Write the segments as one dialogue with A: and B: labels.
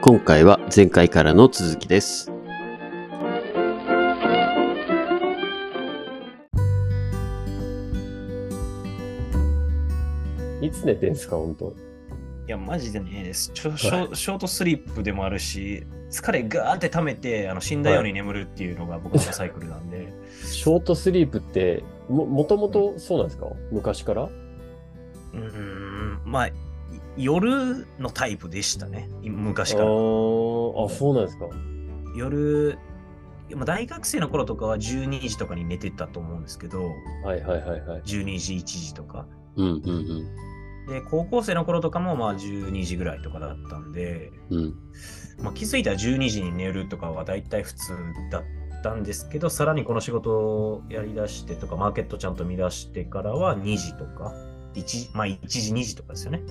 A: 今回は前回からの続きです。
B: いつ寝てんすか、本当。
C: いや、マジでね、ショショショートスリップでもあるし、疲れガーって溜めて、あの死んだように眠るっていうのが僕のサイクルなんで、
B: ショートスリープって、も、もともとそうなんですか昔から
C: うーん、まあ、い夜のタイプでしたね、い昔か
B: あ
C: ら。
B: ーあ、そうなんですか。
C: 夜、まあ大学生の頃とかは12時とかに寝てたと思うんですけど、
B: はいはいはいはい。
C: 12時、1時とか。
A: うんうん
C: で、高校生の頃とかもまあ12時ぐらいとかだったんで、
A: うん。うん。
C: まあ、気づいたら12時に寝るとかは大体普通だったんですけど、さらにこの仕事をやりだしてとか、マーケットちゃんと見出してからは2時とか、1時、まあ1時、2時とかですよね。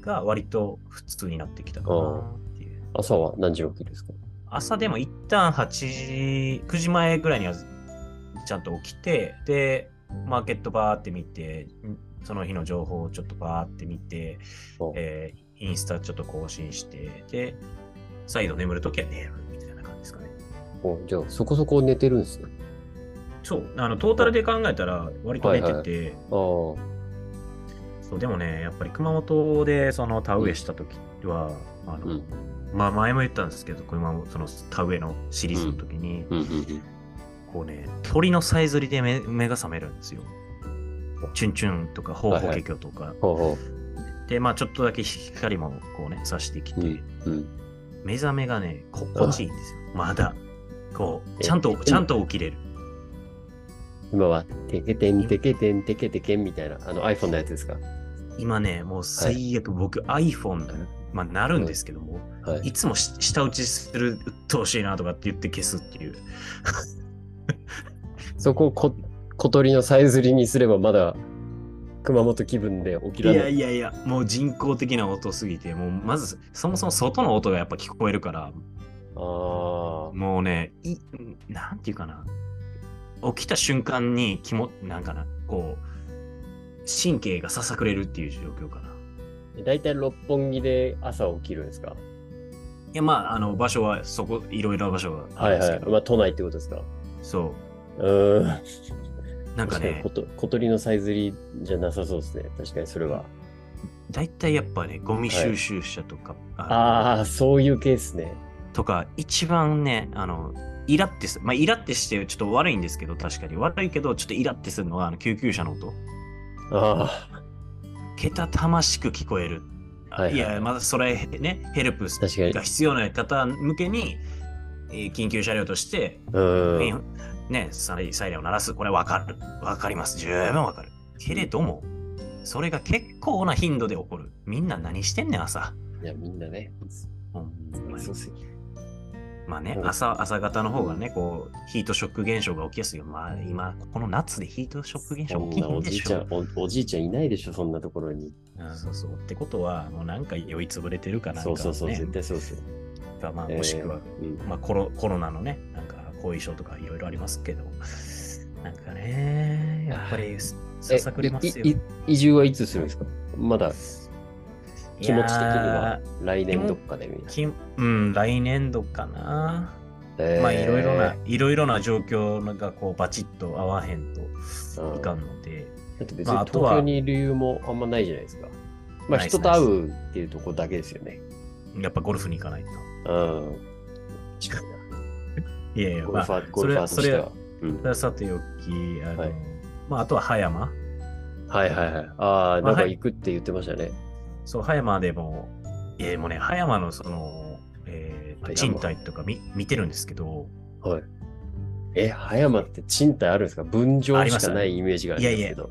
C: が割と普通になってきたかなっていう。
B: 朝は何時起きるんですか
C: 朝でも一旦8時、9時前ぐらいにはちゃんと起きて、で、マーケットバーって見て、んその日の情報をちょっとバーって見て、
B: お
C: えーインスタちょっと更新して、で、再度眠るときは寝るみたいな感じですかね。
B: おじゃあ、そこそこ寝てるんですね。
C: そう、あの、トータルで考えたら割と寝てて、
B: ああ、は
C: そう、でもね、やっぱり熊本でその田植えしたときは、あの、
A: うん
C: まあ前も言ったんですけど、熊本、その田植えのシリーズの時に、
A: うんうん
C: こうね、鳥のさえずりで目目が覚めるんですよ。チュンチュンとか、ホウホウケキョとか。
B: あ、は
C: で、まあちょっとだけ光もこうね、さしてきて、
A: うん。うん。
C: 目覚めがね、心地いいんですよ。まだ。こう、
B: え
C: ちゃんと
B: う、ん
C: ちゃんと起きれる。
B: 今は、てけてんてけてんてけてけんみたいな、あの iPhone のやつですか
C: 今ね、もう最悪、僕 iPhone だ、まあなるんですけども、
B: はい
C: い、つもし下打ちする、鬱陶しいなとかって言って消すっていう。
B: そこをこ小鳥のさえずりにすればまだ熊本気分で起き
C: い
B: られな
C: やいやいや、もう人工的な音すぎて、もうまず、そもそも外の音がやっぱ聞こえるから、
B: ああ、
C: もうね、いなんていうかな、起きた瞬間に気も、なんかな、こう、神経がささくれるっていう状況かな。
B: だいたい六本木で朝起きるんですか
C: いや、まあ、あの、場所は、そこ、いろいろな場所があ
B: は
C: る
B: い
C: んです
B: は
C: け
B: い。
C: ど、
B: まあ、都内ってことですか
C: そう
B: ーん。
C: う、なん
B: 確
C: か
B: かに
C: ね
B: 小、鳥小鳥のさえずりじゃなさそうですね。確かにそれは。
C: 大体やっぱね、ゴミ収集車とか、あ
B: ああ、そういうケースね。
C: のとか、一番ね、あの、イラってす、まあ、イラってして、ちょっと悪いんですけど、確かに。悪いけど、ちょっとイラってするのは、あの、救急車の音。
B: あ
C: けたたましく聞こえる。
B: はいはい
C: いや、まだそれ、ね、ヘルプ
B: あ、確かに。
C: が必要な方向けに、えー緊急車両として、
B: うーん。
C: ね、サイサイレンを鳴らす。これわかる。わかります。十分わかる。けれども、それが結構な頻度で起こる。みんな何してんねん、朝。
B: いや、みんなね。
C: ほんまに
B: そうっすよ
C: まあね
B: う、ん
C: 朝、朝方の方がね、こう、ヒートショック現象が起きやすいよ。まあ、今、この夏でヒートショック現象
B: そん
C: 起き
B: な
C: るん
B: お
C: で
B: じい
C: し
B: ちゃ
C: ょ
B: ん。お、おじいちゃんいないでしょ、そんなところに。
C: うんそうそう。ってことは、もうなんか酔いつぶれてるかなんか、
B: そ
C: ね。
B: うそうそう、絶対そうですよ。
C: かまあ、もしくは、
B: えー
C: まあコロ、コロナのね、なんか後遺症とかいろいろありますけど、なんかね、やっぱりすささくれますよ。
B: えいい移住はいつするんですかまだ気持ち的にはい
C: や
B: 来年どっかでみたいな
C: ー。きんうん、来年度かな。
B: えー
C: まあ、いろいろな、いろいろな状況がこう、バチッと合わへんといかんので、
B: だって別に
C: まああ
B: 東
C: とは
B: 京にいる理由もあんまないじゃないですか。まあ
C: ないっす
B: 人と会うっていうとこだけですよね。
C: やっぱゴルフに行かないと。
B: うん。
C: いやいや、
B: ゴル
C: ま
B: フ
C: あ、
B: ァー、ゴルファーとしては。うん
C: それはさておき、あの、
B: はい
C: まあ、あとは葉山。
B: はいはいはい。ああ、な
C: まあ
B: んか
C: はい
B: 行くって言ってましたね。
C: そう、葉山でも、えー、もうね、葉山のその、えー
B: 葉山
C: 賃貸とか見見てるんですけど、
B: はい。え、葉山って賃貸あるんですか分譲
C: あり
B: し
C: ま
B: か
C: す
B: ないイメージがあるんですけど。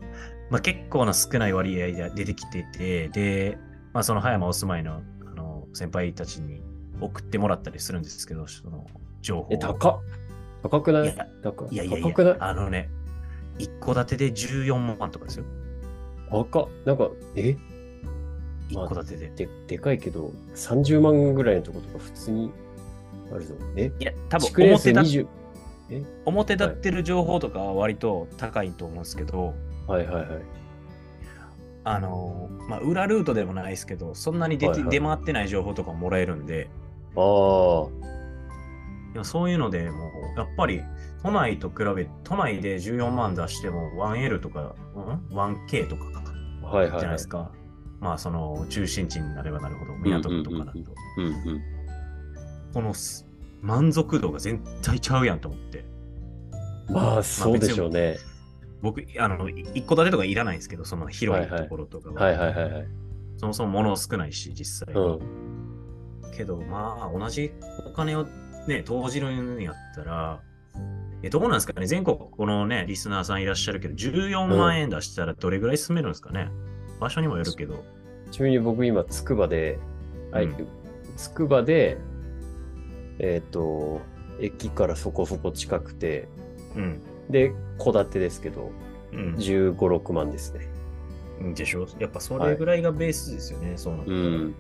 C: まあ、結構な少ない割合で出てきてて、で、まあ、その葉山お住まいのあの先輩たちに送ってもらったりするんですけど、その情報を。
B: え、高っ。高くないい
C: や
B: 高
C: いやいやいや
B: 高くない
C: あのね、一戸建てで14万とかですよ。
B: 高っ。なんか、え
C: 一戸建てで。
B: ででかいけど、30万ぐらいのとことか普通にあるぞ。え
C: いや、多分
B: 築年数
C: 表立っ
B: 20。
C: 表立ってる情報とかは割と高いと思うんですけど、
B: はいはいはい。
C: あのーまあ、裏ルートでもないですけど、そんなに出て、
B: はいはい
C: 出回ってない情報とかももらえるんで、
B: ああ。
C: でもそういうのでもう、やっぱり都内と比べ、都内で14万出しても 1L とか、うん、1K とかか
B: はいはいはい
C: じゃないですか。まあ、その中心地になればなるほど、港区とかだと、
A: うんうんうん。
C: このす満足度が全体ちゃうやんと思って。
B: まあ、そうでしょうね。
C: 僕、あの、い一戸建てとかいらないんですけど、その広いところとかは
B: はいはいはいはい。
C: そもそも物少ないし、実際
B: う
C: は、
B: ん。
C: けど、まあ、同じお金をね、投じるんやったら、え、どうなんですかね全国、このね、リスナーさんいらっしゃるけど、14万円出したらどれぐらい住めるんですかね、場所にもよるけど。
B: ちなみに僕今、つくばで、は
C: う
B: い
C: ん、
B: つくばで、えっ、と、駅からそこそこ近くて、
C: うん。
B: で、戸建てですけど、
C: うん
B: 15、6万ですね。
C: でしょやっぱそれぐらいがベースですよね、そうなった
A: う
C: ら
A: ん。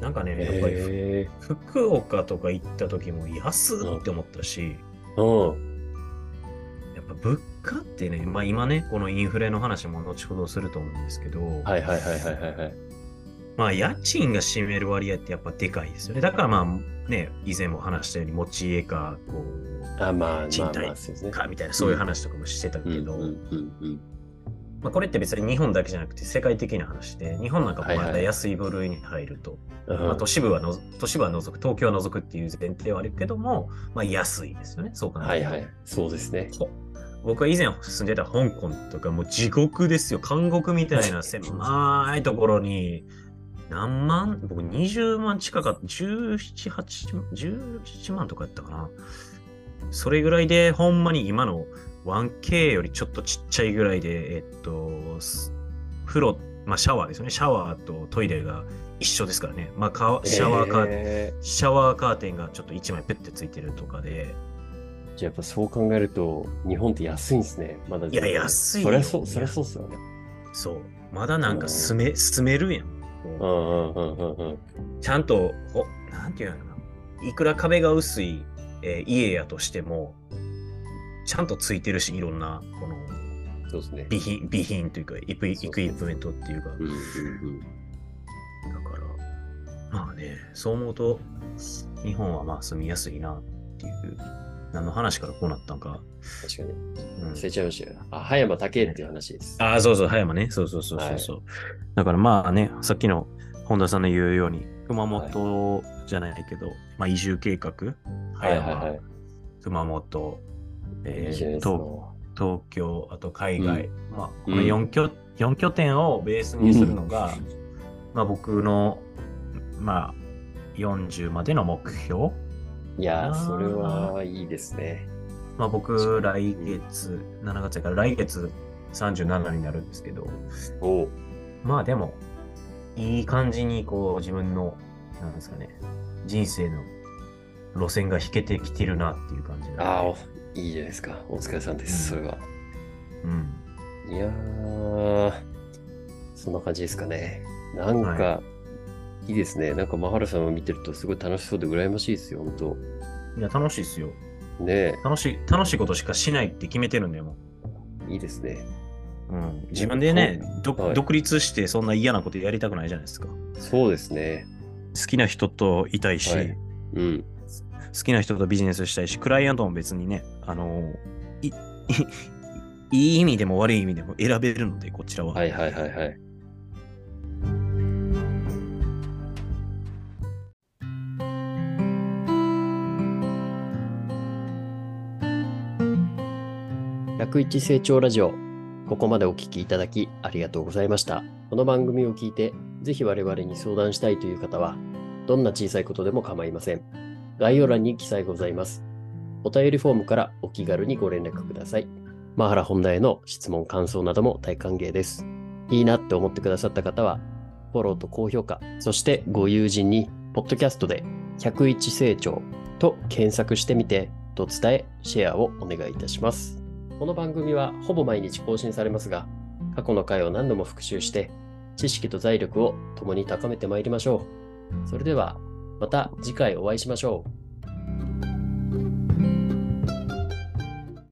C: なんかね、やっぱりふ
B: へえ
C: 福岡とか行った時も安っって思ったし、
B: うん。
C: やっぱ物価ってね、まあ今ね、このインフレの話も後ほどすると思うんですけど、
B: はいはいはいはいはいはい。
C: まあ家賃が占める割合ってやっぱでかいですよね。だからまあね、以前も話したように持ち家か、こ
B: あ、まあ、
C: 賃貸
B: まあまあ、そうですね
C: う、。かみたいなそういう話とかもしてた
A: うん。う
C: け
A: ん
C: ど、
A: うん。
C: まあこれって別に日本だけじゃなくて世界的な話で、日本なんかもま
B: はい
C: だ
B: はい
C: 安い部類に入ると、
B: うん
C: まあ都市部はのぞ都市部は除く、東京は除くっていう前提はあるけども、まあ安いですよね、そう考えると。
B: はいはい。そうですね。
C: ほ僕は以前住んでた香港とかもう地獄ですよ監獄みたいな狭いところに何万僕20万近かった1718万とかやったかなそれぐらいでほんまに今の 1K よりちょっとちっちゃいぐらいでえっとす風呂まあシャワーですよねシャワーとトイレが一緒ですからねまあかシャワーカーテン、
B: え
C: シャワーカーテンがちょっと1枚ペッてついてるとかで
B: ーじゃあやっぱそう考えると、日本って安いんですね。まだ全然
C: いや安いよ
B: そりゃそう、そりゃそうっすよね。
C: そう。まだなんか住め、住めるや
B: う
C: ん。こ
B: んうんうんうんうん。
C: うちゃんと、ほなんていうのかな。いくら壁が薄い、えー家やとしても、ちゃんとついてるし、いろんな、この、
B: そうですね。
C: 備品、備品というか、イプイ
B: そうそう
C: クイプメントっていうか、
A: うんうん
C: だから、まあね、そう思うと、日本はまあ住みやすいなっていう、何の話からこうなったんか。
B: 確かに。
C: うん
B: 忘れちゃいましたよ。あ、葉山武っていう話です。
C: ああ、そうそう、葉山ね。そうそうそうそうそう、だからまあね、さっきの本田さんの言うように、熊本じゃないけど、まあ移住計画、葉
B: はい
C: 山、
B: はいはい。
C: 熊本、え
B: いいじゃない
C: ー
B: ですか
C: 東東京、あと海外、まあこ
A: う
C: の
A: ん
C: 4拠,、四拠点をベースにするのが、まあ僕の、まあ40までの目標。
B: いやー、それはいいですね。
C: まあ僕、来月、7月やから来月37になるんですけど、
B: お
C: まあでも、いい感じにこう自分の、なんですかね、人生の路線が引けてきてるなっていう感じ
B: ああ、
C: あ。
B: おいいじゃないですか。お疲れさんです、それは。
C: うん。
B: いやー、そんな感じですかね。なんか、、
C: はい
B: いですね。なんか、マハラさんを見てると、すごい楽しそうで羨ましいですよ、本
C: いや、楽しいですよ。
B: 当ねえ、
C: 楽しい、楽しいことしかしないって決めてるんだよ、も
B: いいですね。
C: う。うん。自分でね、ど
B: はい
C: 独立してそんな嫌なことやりたくないじゃないですか。好
B: そうですね。
C: きな人といたいし、
B: はいうん。
C: 好きな人とビジネスしたいし、クライアントも別にね、あのい、 い、いい意味でも悪い意味でも選べるので、こちらは。
B: はいはいはいはい。101成長ラジオ。ここまでお聞きいただきありがとうございました。この番組を聞いて、ぜひ我々に相談したいという方は、どんな小さいことでも構いません。概要欄に記載ございます。お便りフォームからお気軽にご連絡ください。マハラ本題への質問、感想なども大歓迎です。いいなって思ってくださった方は、フォローと高評価、そしてご友人に、ポッドキャストで101成長と検索してみて、と伝え、シェアをお願いいたします。この番組はほぼ毎日更新されますが、過去の回を何度も復習して、知識と財力を共に高めてまいりましょう。それでは、また次回お会いしましょう。